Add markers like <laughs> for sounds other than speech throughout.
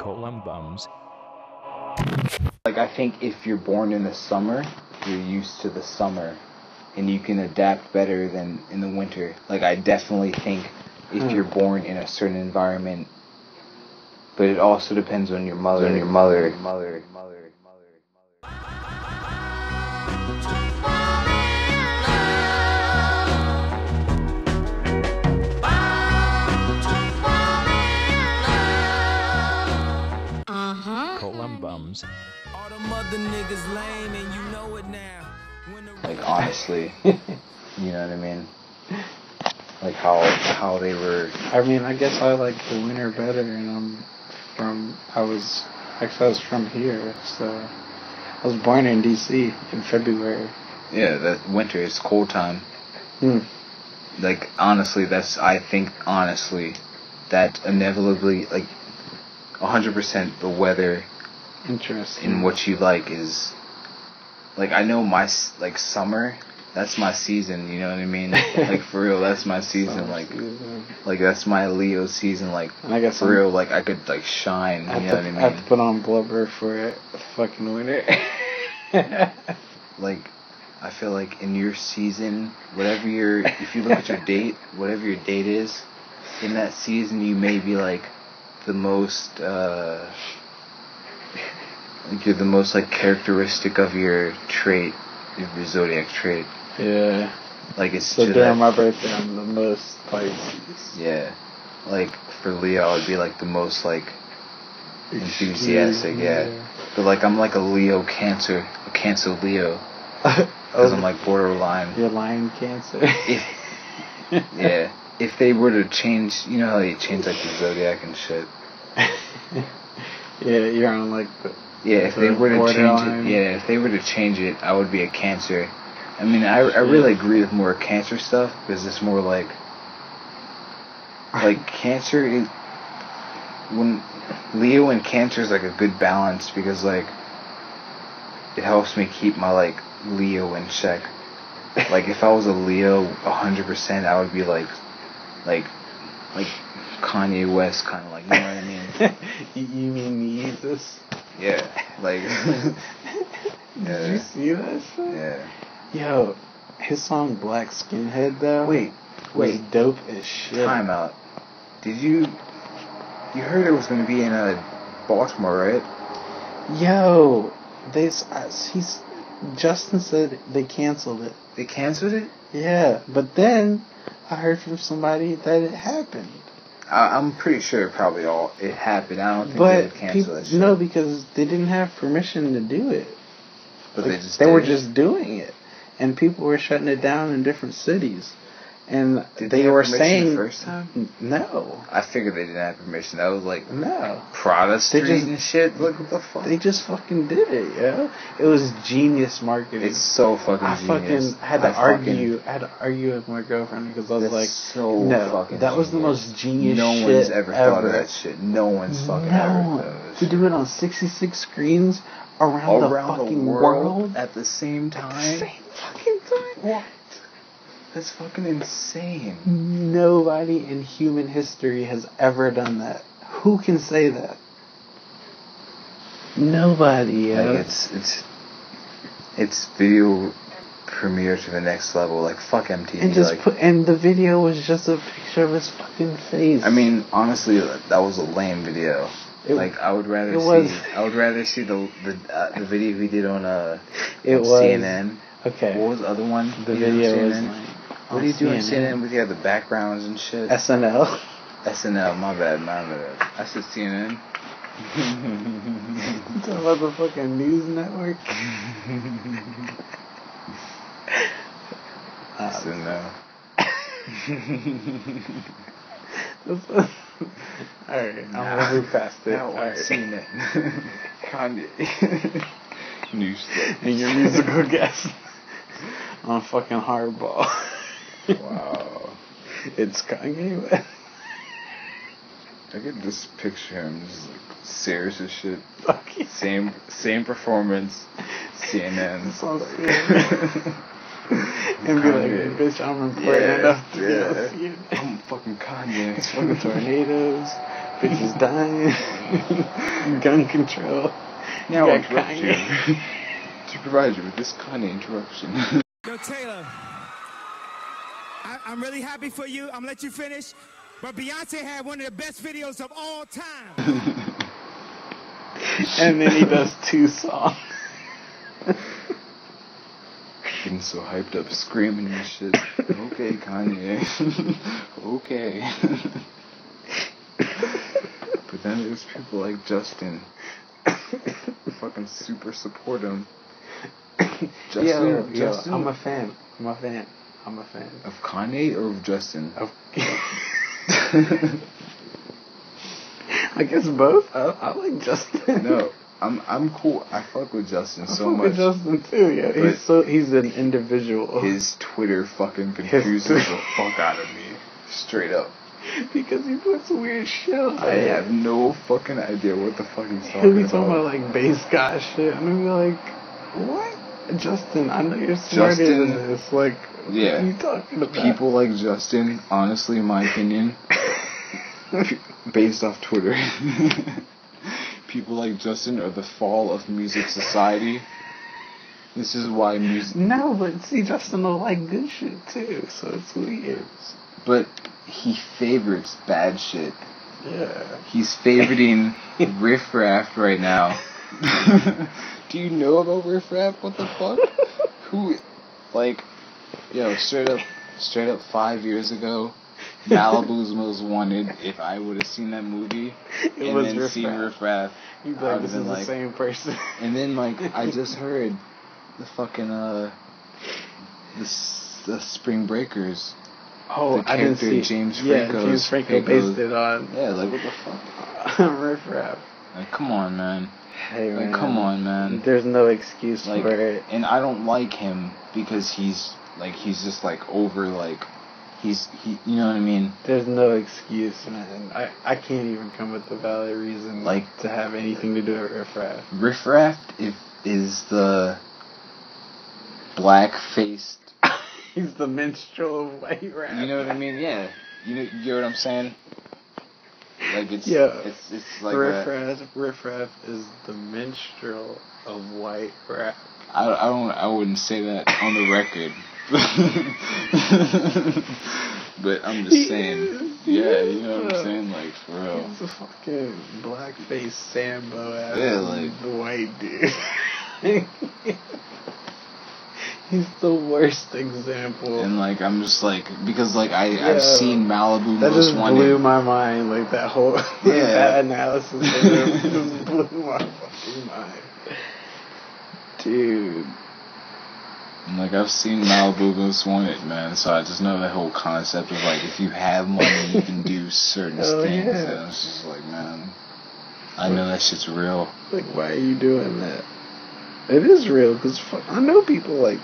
colon bums. Like I think if you're born in the summer, you're used to the summer, and you can adapt better than in the winter. Like I definitely think if you're born in a certain environment, but it also depends on your mother. On your mother. Mother. Mother. Colon bums. All the mother niggas lame and you know it now. When the Like <laughs> honestly, you know what I mean. Like how how they were. I mean, I guess I like the winter better, and I'm from. I was, actually, I was from here, so I was born in D.C. in February. Yeah, that winter is cold time. Hmm. like honestly that's i think honestly that inevitably like 100% the weather Interesting. in what you like is like i know my s- like summer that's my season you know what i <laughs> mean like for real that's my season Summer like season. like that's my leo season like And I guess for real like i could like shine I have, you know to, what i mean I have to put on blubber for it. Fucking winter. <laughs> like I feel like in your season, whatever your if you look at your date, whatever your date is, in that season you may be like the most uh like you're the most like characteristic of your trait, of your zodiac trait. yeah. Like it's So to during that- my birthday, I'm the most Pisces. yeah. Like for Leo, I'd be like the most like enthusiastic, <laughs> yeah. But like I'm like a Leo Cancer, a Cancer Leo, Oh. because I'm like borderline. Your lion cancer. <laughs> if yeah, <laughs> if they were to change, you know how they change like the zodiac and shit. yeah, you're on like the. Yeah, if they The were to change borderline. it, yeah, if they were to change it, I would be a Cancer. I mean, I, I really agree with more Cancer stuff because it's more like like Cancer is when Leo and Cancer is like a good balance because like it helps me keep my like Leo in check. Like if I was a Leo, hundred percent, I would be like like like Kanye West, kind of like you know what I mean. <laughs> you, you mean Jesus? <laughs> Yeah, like <laughs> Did you yeah, see that shit? yeah. Yo, his song Black Skinhead though. Wait, was wait. dope as shit. Time out. Did you you heard it was gonna be in uh, Baltimore, right? Yo, they s- I- he's Justin said they canceled it. They canceled it. Yeah, but then I heard from somebody that it happened. I, I'm pretty sure it probably all it happened. I don't think they But would cancel people, that shit. no, because they didn't have permission to do it. but Like, they just they were did it. just doing it, and people were shutting it down in different cities, and Did they, have were permission the saying first time. N- no, I figured they didn't have permission. That was like no. Prada Street just- and shit. Look what the fuck. They just fucking did it, yo. It was genius marketing. it's so fucking I genius. fucking had to I fucking- argue. I had to argue with my girlfriend because I was That's like, so no, fucking that was the genius. most genius no shit one's ever, thought ever." of that shit. No one's fucking ever no, thought of that to shit. do it on sixty six screens around, All the around the fucking world, world. at the same time. Same fucking time. What? That's fucking insane. Nobody in human history has ever done that. Who can say that? Nobody. yo. Like it's it's it's video premiere to the next level. Like fuck MTV. and just like put and the video was just a picture of his fucking face. I mean, honestly, that was a lame video. It- like I would rather it see was. I would rather see the the uh, the video he did on uh It on was. CNN. okay. What was the other one? the he did on video was CNN? like, What do you do on CNN <laughs> with you have the backgrounds and shit? SNL. SNL. My bad. My bad. I said CNN. It's a motherfucking news network. <laughs> Uh, SNL. Alright, I'll move past it. Now All I've right. seen <laughs> it. Kanye. <laughs> New stuff. <laughs> And your musical guest <laughs> on fucking hardball. <laughs> Wow. it's Kanye West. <laughs> I get this picture. I'm just like serious as shit. Fuck you. Same same performance. CNN. It's <laughs> on CNN. And be like, Kanye. bitch, I'm important <laughs> Yeah, enough to yeah. be on CNN. I'm fucking Kanye. It's fucking tornadoes. bitch is dying. <laughs> Gun control. Now Yeah, I interrupt kinda. you to provide you <laughs> with this kind of interruption. <laughs> Yo, Taylor, I, I'm really happy for you. I'm gonna let you finish. But Beyonce had one of the best videos of all time. <laughs> And then he does two songs. Getting so hyped up, screaming and shit. Okay, Kanye. <laughs> okay. <laughs> but then there's people like Justin. fucking super support him. Justin, yo, yo, Justin I'm a fan. I'm a fan. I'm a fan. Oh. of Kanye or of Justin? <laughs> Of <laughs> I guess both. I, I like Justin. no, I'm I'm cool. I fuck with Justin I so fuck with much. Justin too. Yeah, But- he's so he's an <laughs> individual. His Twitter fucking confuses Twitter. the fuck out of me. Straight up. <laughs> because he puts weird shit on I there. have no fucking idea what the fuck he's He'll talking be about. talking about like bass guy shit. I'm gonna be like, what? Justin, I know you're smarter than Justin- this. Like, Yeah. what are you talking about? People like Justin, honestly, in my opinion, based off Twitter, <laughs> people like Justin are the fall of music society. This is why music. No, but see, Justin will like good shit too, so it's weird. But he favors bad shit. Yeah. He's <laughs> favoriting Riff Raff right now. <laughs> Do you know about Riff Raff? What the <laughs> fuck? Who, like, yo, straight up, straight up, five years <laughs> ago, Malibu's Most Wanted. If I would have seen that movie It and was then Riff seen Raff. Riff Raff, He's I like, would've this been is like- the same person. and then like <laughs> I just heard the fucking uh, the, s- the Spring Breakers. <laughs> oh, the I didn't character see. James yeah, Franco's James Franco Franco's- based it on <laughs> Yeah, like what the fuck? Riff Raff. Like come on, man. Hey Like come on, man. There's no excuse like for it. and I don't like him because he's like he's just like over like he's he you know what I mean There's no excuse, man. I, I can't even come with a valid reason Like- to have anything to do with Riff Raff. <laughs> Riff Raff if is the black faced He's the minstrel of white rap. you know what I mean yeah you know you know what I'm saying like it's Yeah. it's it's like Riff a, Raff, Riff Raff is the minstrel of white rap. I I don't I wouldn't say that on the record <laughs> but I'm He just saying is, he yeah is, you know what bro. I'm saying like for real He's a fucking blackface Sambo ass Yeah, like- the <laughs> white dude. <laughs> He's the worst example. And like I'm just like because like I Yeah. I've seen Malibu that Most just Wanted. blew my mind. Like that whole <laughs> Yeah. that analysis of <laughs> it just blew my fucking mind, dude. And, like I've seen Malibu Most Wanted, man. So I just know that whole concept of like if you have money, you can <laughs> do certain Oh, things. yeah. And it's just like man, I know that shit's real. Like, why are you doing that? It is real, because I know people like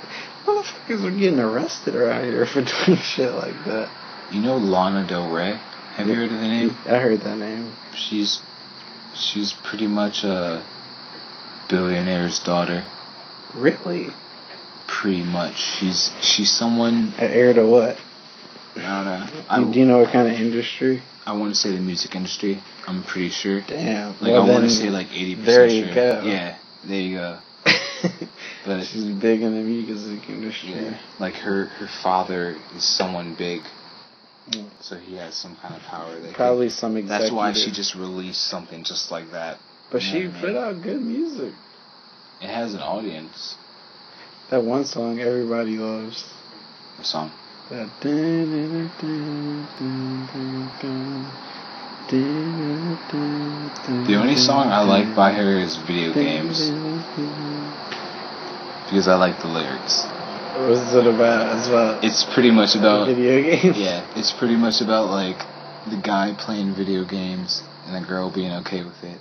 motherfuckers are getting arrested around here for <laughs> doing shit like that. You know Lana Del Rey? Have you heard of the name? I heard that name. She's she's pretty much a billionaire's daughter. Really? Pretty much. She's she's someone An heir to what? I Do don't do know. you know what kind of industry? I, I want to say the music industry. I'm pretty sure. Damn. Like Well, I want then- to say like eighty percent. there you go. <laughs> Yeah, there you go. But She's big in the music industry. yeah, like her her father is someone big, Mm. so he has some kind of power. That he- Probably some executive. that's why she just released something just like that. But she Yeah. put out good music. It has an audience. That one song everybody loves. The song. That dun, dun, dun, dun, dun, dun, dun, dun, The only dun, song I like dun, by her is Video dun, Games dun, dun. because I like the lyrics. What's it about? It's about It's pretty much about video games. uh, yeah. It's pretty much about like the guy playing video games and the girl being okay with it,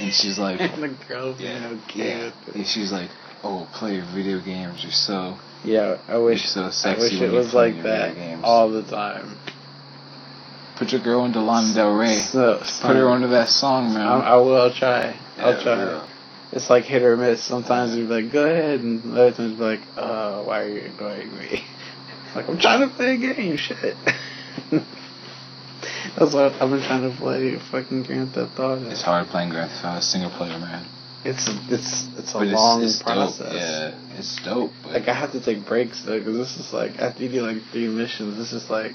and she's like. <laughs> and the girl being Yeah, okay with And it. she's like, "Oh, play your video games. You're so Yeah, I you're wish so I sexy." wish when it you was play like your that video games. all the time. Put your girl into Lana Del Rey. So, Put her onto that song, man. I, I will try. I'll Yeah, try. yeah. It's like hit or miss. Sometimes you're like, go ahead, and other times you're like, uh, why are you <laughs> ignoring me? Like, I'm trying to play a game, shit. <laughs> That's what I've been trying to play. Fucking Grand Theft Auto. It's hard playing Grand Theft Auto single player, man. It's it's it's a But it's, long it's process. dope. Yeah, it's dope. But Like I have to take breaks though, because this is like after you do like three missions, this is like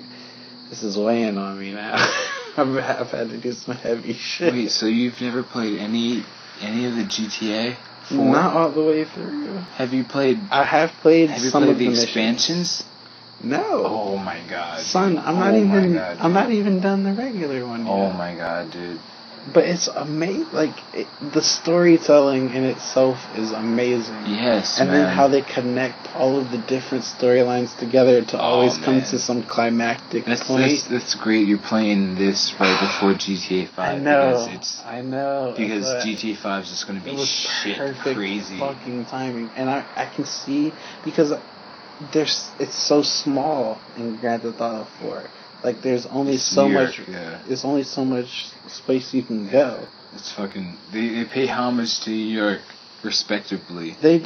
this is weighing on me now. <laughs> I've, I've had to do some heavy shit. wait, so you've never played any any of the GTA? 4? Not all the way through. Have you played? I have played Have you some played of the, the, missions. expansions? No, Oh my god. son, I'm Oh not my even God, I'm dude. not even done the regular one. Yet. Oh my god, dude. But it's amazing. Like it, the storytelling in itself is amazing. Yes, and man. then how they connect all of the different storylines together to always come Oh, man. to some climactic That's, point. that's, that's great. You're playing this right before GTA I Five know. because it's I know. because but GTA Five is just gonna it be was shit perfect crazy. fucking timing, and I I can see because there's it's so small in Grand Theft Auto Four. Like there's only It's so New York, much. yeah. There's only so much space you can go. It's fucking. They, they pay homage to New York, respectively. They do,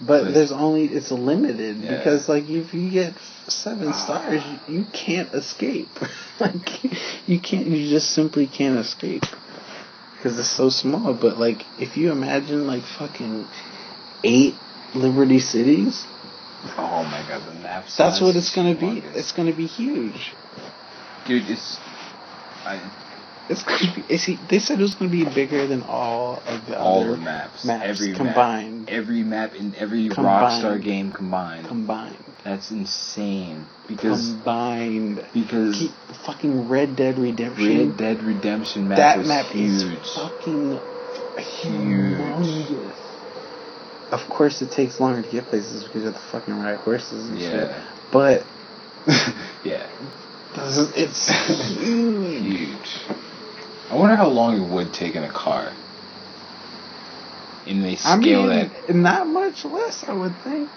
but- but, but- there's only it's limited Yeah. Ah. because like if you get seven stars, you can't escape. <laughs> like you can't, you just simply can't escape because it's so small. But like if you imagine like fucking eight Liberty cities, Oh my god, the map. that's size what is it's gonna be. humongous. It's gonna be huge. dude. It's. I, It's gonna be. It's, they said it was gonna be bigger than all of the all other the maps, maps every combined. map, every map in every Combined. Rockstar game combined. combined. That's insane because Combined. because Keep fucking Red Dead Redemption. Red Dead Redemption map that was map huge. is fucking Huge. humongous. Of course, it takes longer to get places because you have to fucking ride horses and shit. Yeah. But <laughs> yeah, this is- it's <laughs> huge. huge. I wonder how long it would take in a car. And they I scale mean, not much less, I would think.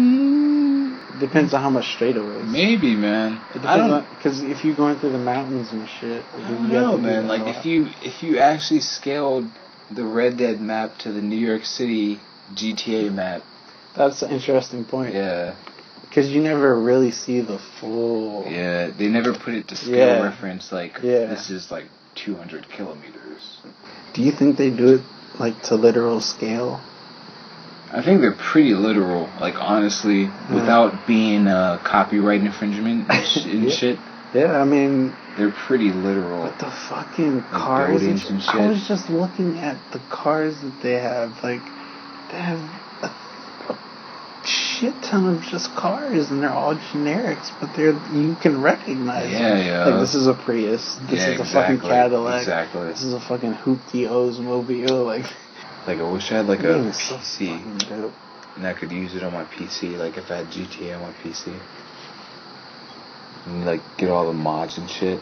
mm, Depends on how much straightaways. that. Maybe, man. I don't know. because if you're going through the mountains and shit, I you don't have know, to do man. that a Like if lot. you if you actually scaled the Red Dead map to the New York City GTA map, that's an interesting point. yeah, because you never really see the full. yeah, they never put it to scale Yeah. reference. Like Yeah. this is like 200 kilometers. Do you think they do it like to literal scale? I think they're pretty literal. Like honestly, Hmm. without being uh, copyright infringement <laughs> and, sh- and Yeah. shit, Yeah, I mean, they're pretty literal. But the fucking cars. buildings and I shit. was just looking at the cars that they have. Like, they have a, a shit ton of just cars, and they're all generics, but they're you can recognize. Yeah, them. yeah. Like this is a Prius. This Yeah, is a fucking exactly, Cadillac. exactly. This is a fucking Hoopty Oldsmobile. Like, Like I wish I had like man, a it's so PC fucking dope. and I could use it on my PC. Like if I had GTA on my PC, and like get all the mods and shit,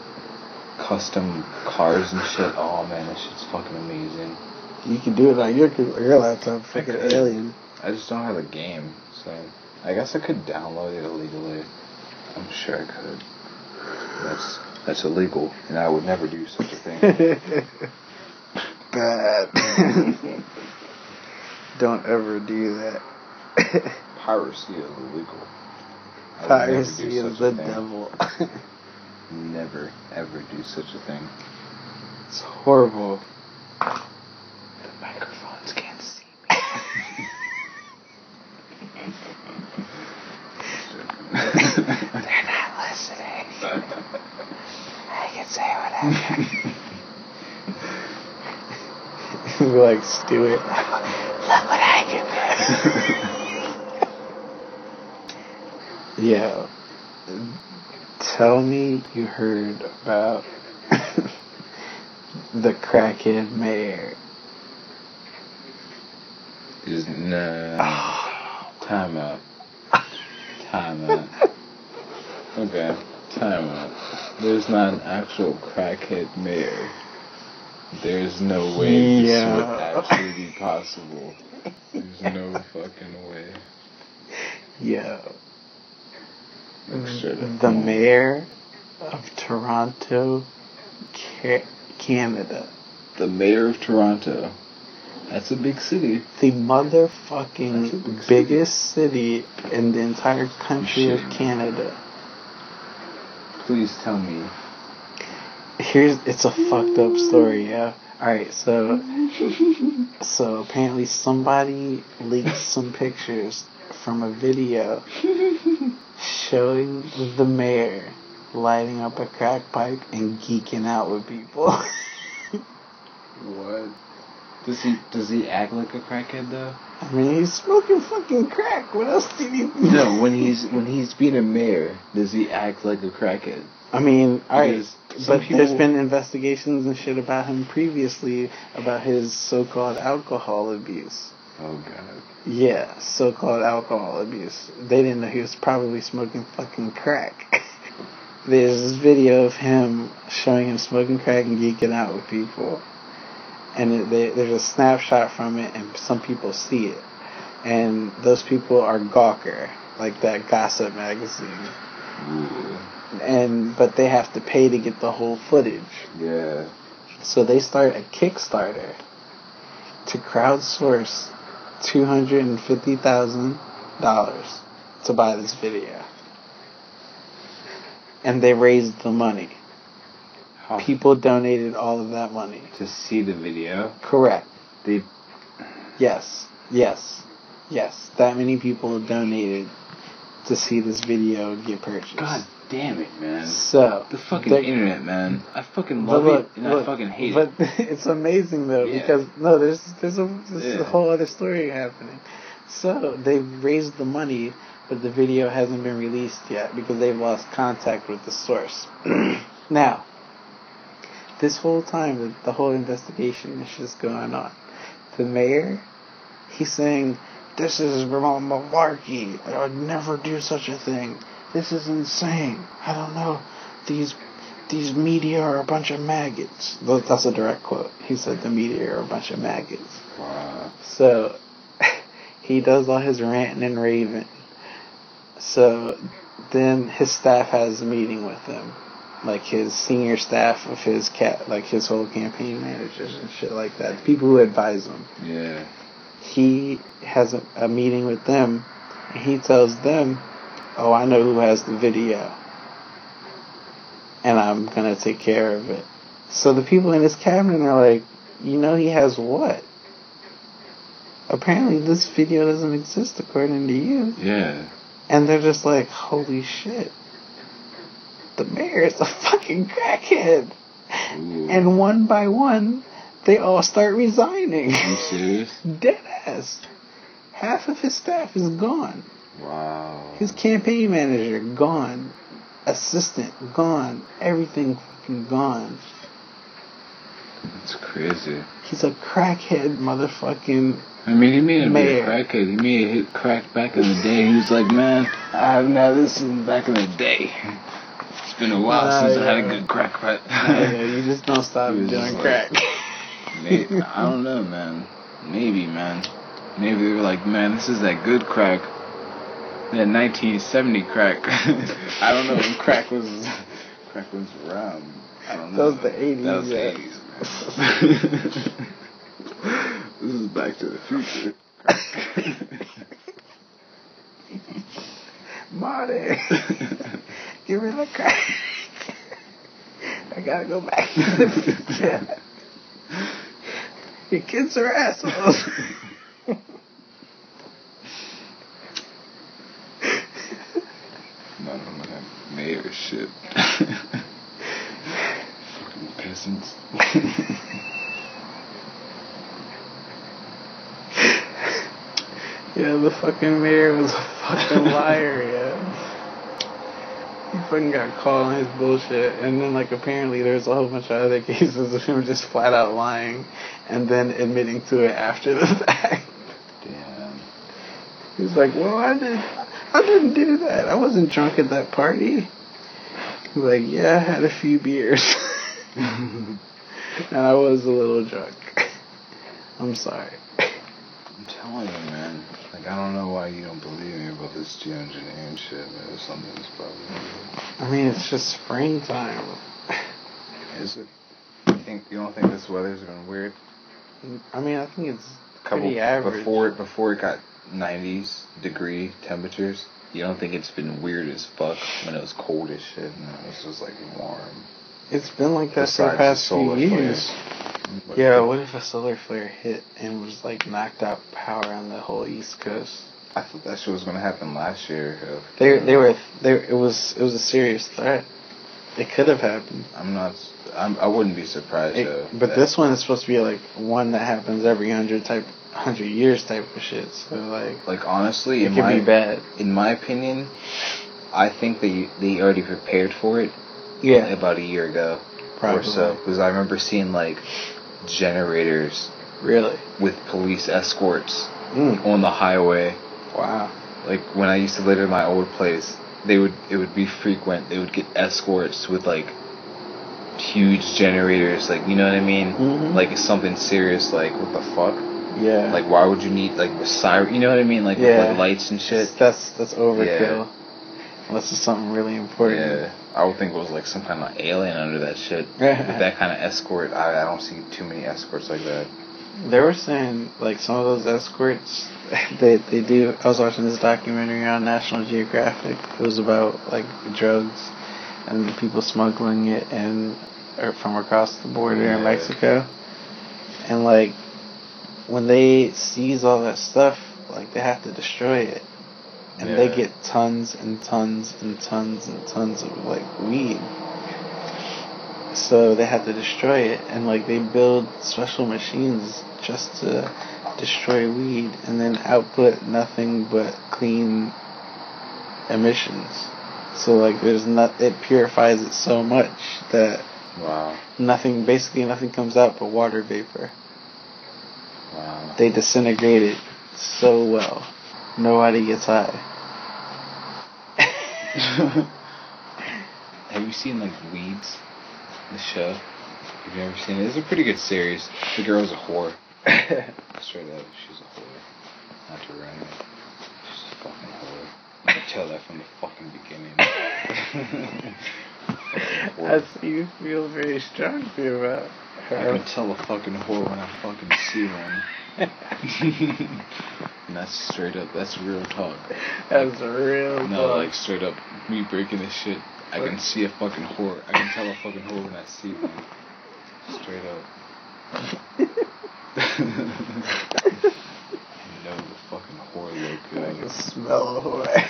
custom cars and shit. Oh man, that shit's fucking amazing. <laughs> You can do it on your your laptop, fucking Okay. alien. I just don't have a game, so I guess I could download it illegally. I'm sure I could. That's that's illegal, and I would never do such a thing. <laughs> Bad. <laughs> Don't ever do that. <laughs> Piracy is illegal. I would never do Piracy is such a the thing. devil. <laughs> Never ever do such a thing. it's horrible. The microphones can't see <laughs> me. They're not listening. I can say whatever. We, <laughs> like stew it. Look what I can <laughs> Yeah. Tell me you heard <laughs> about the crackhead mayor. do. Is no <sighs> time out. Time out. <laughs> Okay, time out. There's not an actual crackhead mayor. There's no way this would Yeah. actually be possible. There's no fucking way. Yeah. Make sure that- Mm, The mayor of Toronto, Ca- Canada. the mayor of Toronto. That's a big city. the That's a big motherfucking city. biggest city in the entire country of Shit. Canada. Please tell me here's it's a fucked up story, yeah. Alright, so so apparently somebody leaked some pictures from a video showing the mayor lighting up a crack pipe and geeking out with people. <laughs> What? Does he does he act like a crackhead though? I mean he's smoking fucking crack. What else do you need? No, when he's when he's being a mayor, does he act like a crackhead? I mean, alright, Because some but there's people- been investigations and shit about him previously about his so-called alcohol abuse. Oh god. Yeah, so-called alcohol abuse. They didn't know he was probably smoking fucking crack. <laughs> there's this video of him showing him smoking crack and geeking out with people, and it, they, there's a snapshot from it, and some people see it, and those people are Gawker, like that gossip magazine and but they have to pay to get the whole footage. Yeah. So they start a Kickstarter to crowdsource two hundred and fifty thousand dollars to buy this video, and they raised the money. How People donated all of that money. to see the video? Correct. They Yes. Yes. Yes. That many people donated to see this video get purchased. God damn it, man. So The fucking they- internet, man. I fucking But love it and I fucking hate but it. <laughs> it's amazing though Yeah. because no, there's there's a there's Yeah. a whole other story happening. So they raised the money, but the video hasn't been released yet because they've lost contact with the source. <clears throat> now, this whole time that the whole investigation is just going on, the mayor, he's saying, "This is remote malarkey. I would never do such a thing. This is insane. I don't know. These these media are a bunch of maggots. Tho- That's a direct quote. He said the media are a bunch of maggots. Wow. So <laughs> he does all his ranting and raving. So then his staff has a meeting with him, like his senior staff of his cat, like his whole campaign managers and shit like that. The people who advise him Yeah. he has a, a meeting with them and he tells them oh i know who has the video and i'm going to take care of it so the people in his cabinet are like you know he has what apparently this video doesn't exist according to you Yeah. and they're just like holy shit the mayor is a fucking crackhead Ooh. and one by one they all start resigning <laughs> you serious? dead ass. Half of his staff is gone. Wow. His campaign manager gone. Assistant gone. Everything fucking gone. That's crazy. He's a <laughs> crackhead motherfucking. I mean, he made him be a Mayor. crackhead. He made it hit crack back in the day. He was like, man, I've now this is back in the day. It's been a while Nah, since I had a yeah. good crack pipe. Yeah, you just don't stop He doing was just like- <laughs> crack. May- I don't know, man. Maybe, man. Maybe they were like, man, this is that good crack. That 1970 crack. <laughs> I don't know when crack was. Crack was around. I don't That know. was the 80s, That was the yeah. 80s, man. <laughs> this is back to the <laughs> future. <laughs> Marty, give me the crack. <laughs> I gotta go <laughs> back <laughs> to the future. Your kids are assholes. Not on that mayor shit. <laughs> Fucking peasants. Yeah, the fucking mayor was a fucking liar, yeah. He fucking got caught on his bullshit, and then, like, apparently there's a whole bunch of other <laughs> cases of him just flat out lying and then admitting to it after the <laughs> fact. Damn. He's like, well, I didn't, I didn't do that. I wasn't drunk at that party. He's like, yeah, I had a few beers. <laughs> and I was a little drunk. <laughs> I'm sorry. <laughs> I'm telling you, man. Like, I don't know why you don't believe me about this geoengineering shit, man. Something's probably. I mean, it's just springtime. Is it? You, think, you don't think this weather's been weird? I mean, I think it's Couple pretty average. before it before it got 90s degree temperatures. You don't think it's been weird as fuck when it was cold as shit and now it's just like warm. It's been like that for the Besides past the few solar years. But- Yeah, what if a solar flare hit and was like knocked out power on the whole East Coast? I thought that shit was gonna happen last year. uh, They they were they it was it was a serious threat. It could have happened. I'm not. s- I'm, I wouldn't be surprised. It- though, but that- this one is supposed to be like one that happens every hundred type hundred years type of shit. So like like honestly, it in could my be bad. in my opinion, I think they they already prepared for it Yeah, about a year ago probably. or so. Because I remember seeing like generators Really. with police escorts Mm. on the highway. Wow. Like when I used to live in my old place, they would it would be frequent. They would get escorts with like huge generators. Like you know what I mean? Mhm. Like it's something serious. Like what the fuck? Yeah. Like, why would you need like the siren? You know what I mean? Like, with, Yeah. like lights and shit. It's- that's that's overkill. Unless it's something really important. Yeah, I would think it was like some kind of alien under that shit. With that kind of escort, I, I don't see too many escorts like that. They were saying like some of those escorts <laughs> they they do I was watching this documentary on National Geographic. It was about like drugs and the people smuggling it and or from across the border in Yeah. Mexico. And like when they seize all that stuff, like they have to destroy it. And they Yeah. get tons and tons and tons and tons of like weed. So they have to destroy it, and like they build special machines just to destroy weed and then output nothing but clean emissions. So like there's not it purifies it so much that Wow, nothing basically nothing comes out but water vapor. wow. They disintegrate it so well. Nobody gets high. Have you seen like Weeds, the show? Have you ever seen it? It's a pretty good series. The girl's a whore. Straight up, she's a whore. Not to ruin it. She's a fucking whore. You can tell that from the fucking beginning. Fucking whore. you feel very strongly about I can tell a fucking whore when I fucking see one. and that's straight up, that's real talk. That's real. No, like straight up, me breaking this shit. I can see a fucking whore. I can tell a fucking whore when I see one. Straight up. I know the fucking whore look I can good. smell away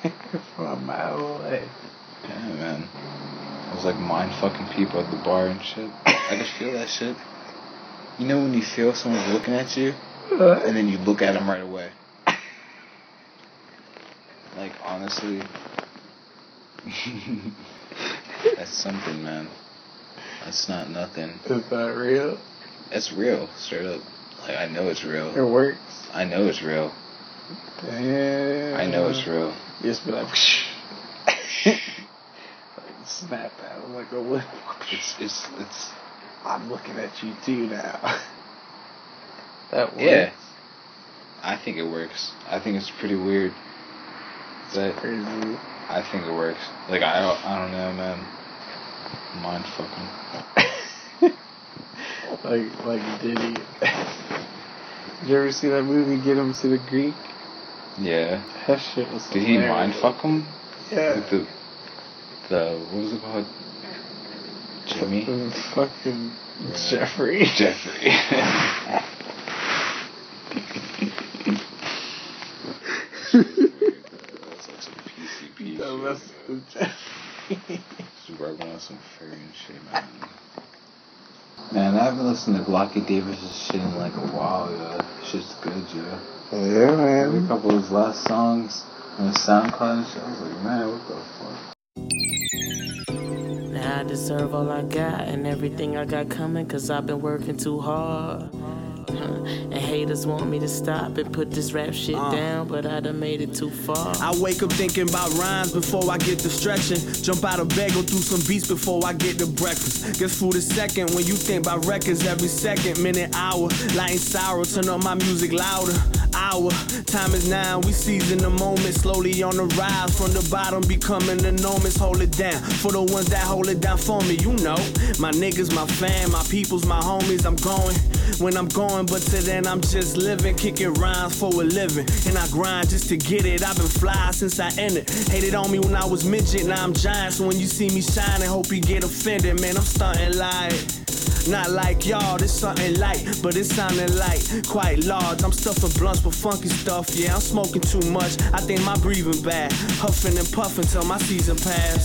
<laughs> from a mile away. Yeah, man. I was like mind fucking people at the bar and shit. I could feel that shit. You know when you feel someone's looking at you? and then you look at them right away. <laughs> Like honestly, <laughs> that's something, man. That's not nothing. Is that real? That's real, straight up. Like I know it's real. It works. I know it's real. Damn. I know it's real. You just be like, like <laughs> snap out like a whip. It's it's it's I'm looking at you too now. <laughs> That works. Yeah. I think it works. I think it's pretty weird. But Crazy. I think it works. Like I don't I don't know, man. Mind fucking. like like Diddy. Did you ever see that movie Get Him to the Greek? Yeah. That shit was Did he mind hilarious. fuck him? Like Yeah. the, the what was it called? Jimmy. And fucking Yeah. Jeffrey. <laughs> Jeffrey. That's like some PCP No, shit, that's- man. Jeffrey. Just rubbing on some fairy and shit, man. Man, I haven't listened to Blocky Davis' shit in like a while, yo. Shit's good, yo. yeah, A man. couple of his last songs on SoundCloud and shit. I was like, man, what the fuck? Now I deserve all I got and everything I got coming cause I've been working too hard. And haters want me to stop and put this rap shit Uh. down, but I done made it too far. I wake up thinking about rhymes before I get to stretching. Jump out of bed, go through some beats before I get to breakfast. Guess food is second when you think about records every second, minute, hour. Lighting sorrow, turn up my music louder. Hour, time is now, we seizing the moment. Slowly on the rise, from the bottom, becoming enormous. Hold it down for the ones that hold it down for me. You know, my niggas, my fam, my peoples, my homies. I'm going when I'm going. going, but till then I'm just living, kicking rhymes for a living. And I grind just to get it. I've been fly since I ended. Hated on me when I was midget, now I'm giant. So when you see me shining, hope you get offended. Man, I'm stunting like. Not like y'all, this something light, but it sounding like quite large. I'm stuffing blunts with funky stuff, yeah. I'm smoking too much. I think my breathing bad. Huffing and puffing till my season pass.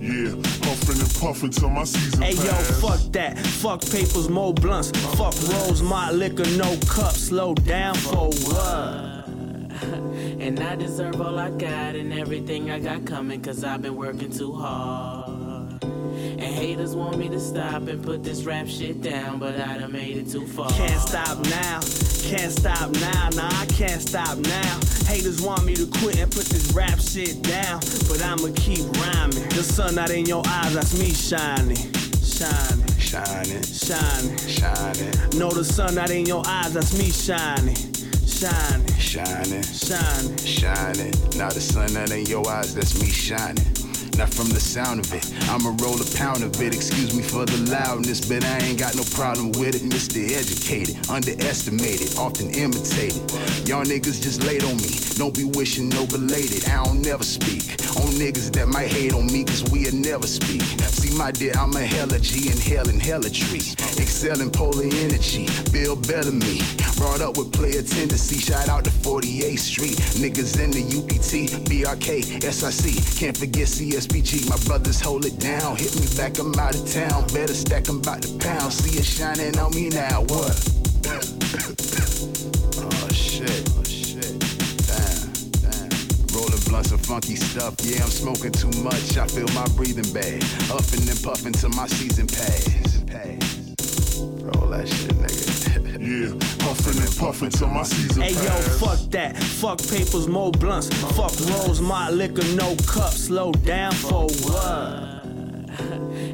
Yeah, huffing and puffing till my season Hey pass. yo, fuck that. Fuck papers, more blunts. Fuck rolls, my liquor, no cups. Slow down for what? And I deserve all I got and everything I got coming cause I've been working too hard. And haters want me to stop and put this rap shit down, but I done made it too far. Can't stop now, can't stop now, nah, I can't stop now. Haters want me to quit and put this rap shit down, but I'ma keep rhyming. The sun out in your eyes, that's me shining, shining, Shining, shining. shining, No, the sun out in your eyes, that's me shining, shining, shining, shining. shining. Now the sun that in your eyes, that's me shining. Not from the sound of it, I'ma roll a pound of it. Excuse me for the loudness, but I ain't got no problem with it. Mr. Educated, underestimated, often imitated. Y'all niggas just late on me, don't be wishing no belated. I don't never speak on niggas that might hate on me, cause we'll never speak. See, my dear, I'm a hella G and hell and hella tree. Excelling polar energy, Bill Bellamy. Brought up with player tendency, shout out to 48th Street. Niggas in the UPT, BRK, SIC. Can't forget CSPG, my brothers hold it down. Hit me back, I'm out of town. Better stack, I'm about to pound. See it shining on me now, what? <laughs> oh shit, oh shit. Damn, damn. Rolling blunts and funky stuff. Yeah, I'm smoking too much. I feel my breathing bad. Huffing and puffing till my season pass. Roll that shit, nigga. <laughs> Yeah, huffing and puffing till my season Hey pass. yo, fuck that. Fuck papers, more blunts. Fuck rolls, my liquor, no cups. Slow down for what? <laughs>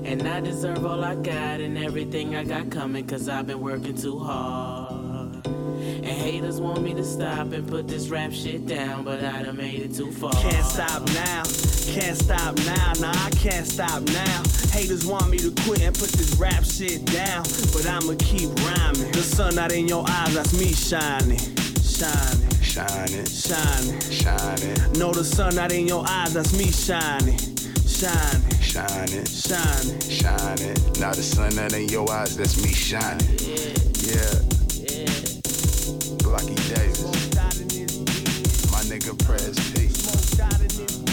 And I deserve all I got and everything I got coming cause I've been working too hard. And haters want me to stop and put this rap shit down, but I done made it too far. Can't stop now, can't stop now, nah, I can't stop now. Haters want me to quit and put this rap shit down, but I'ma keep rhyming. The sun out in your eyes, that's me shining, shining, Shining, shining. shining, No, the sun out in your eyes, that's me shining, shining, shining, shining. shining. Now the sun that in your eyes, that's me shining. Yeah. Lucky Davis, my nigga Prez P. Smoke out in this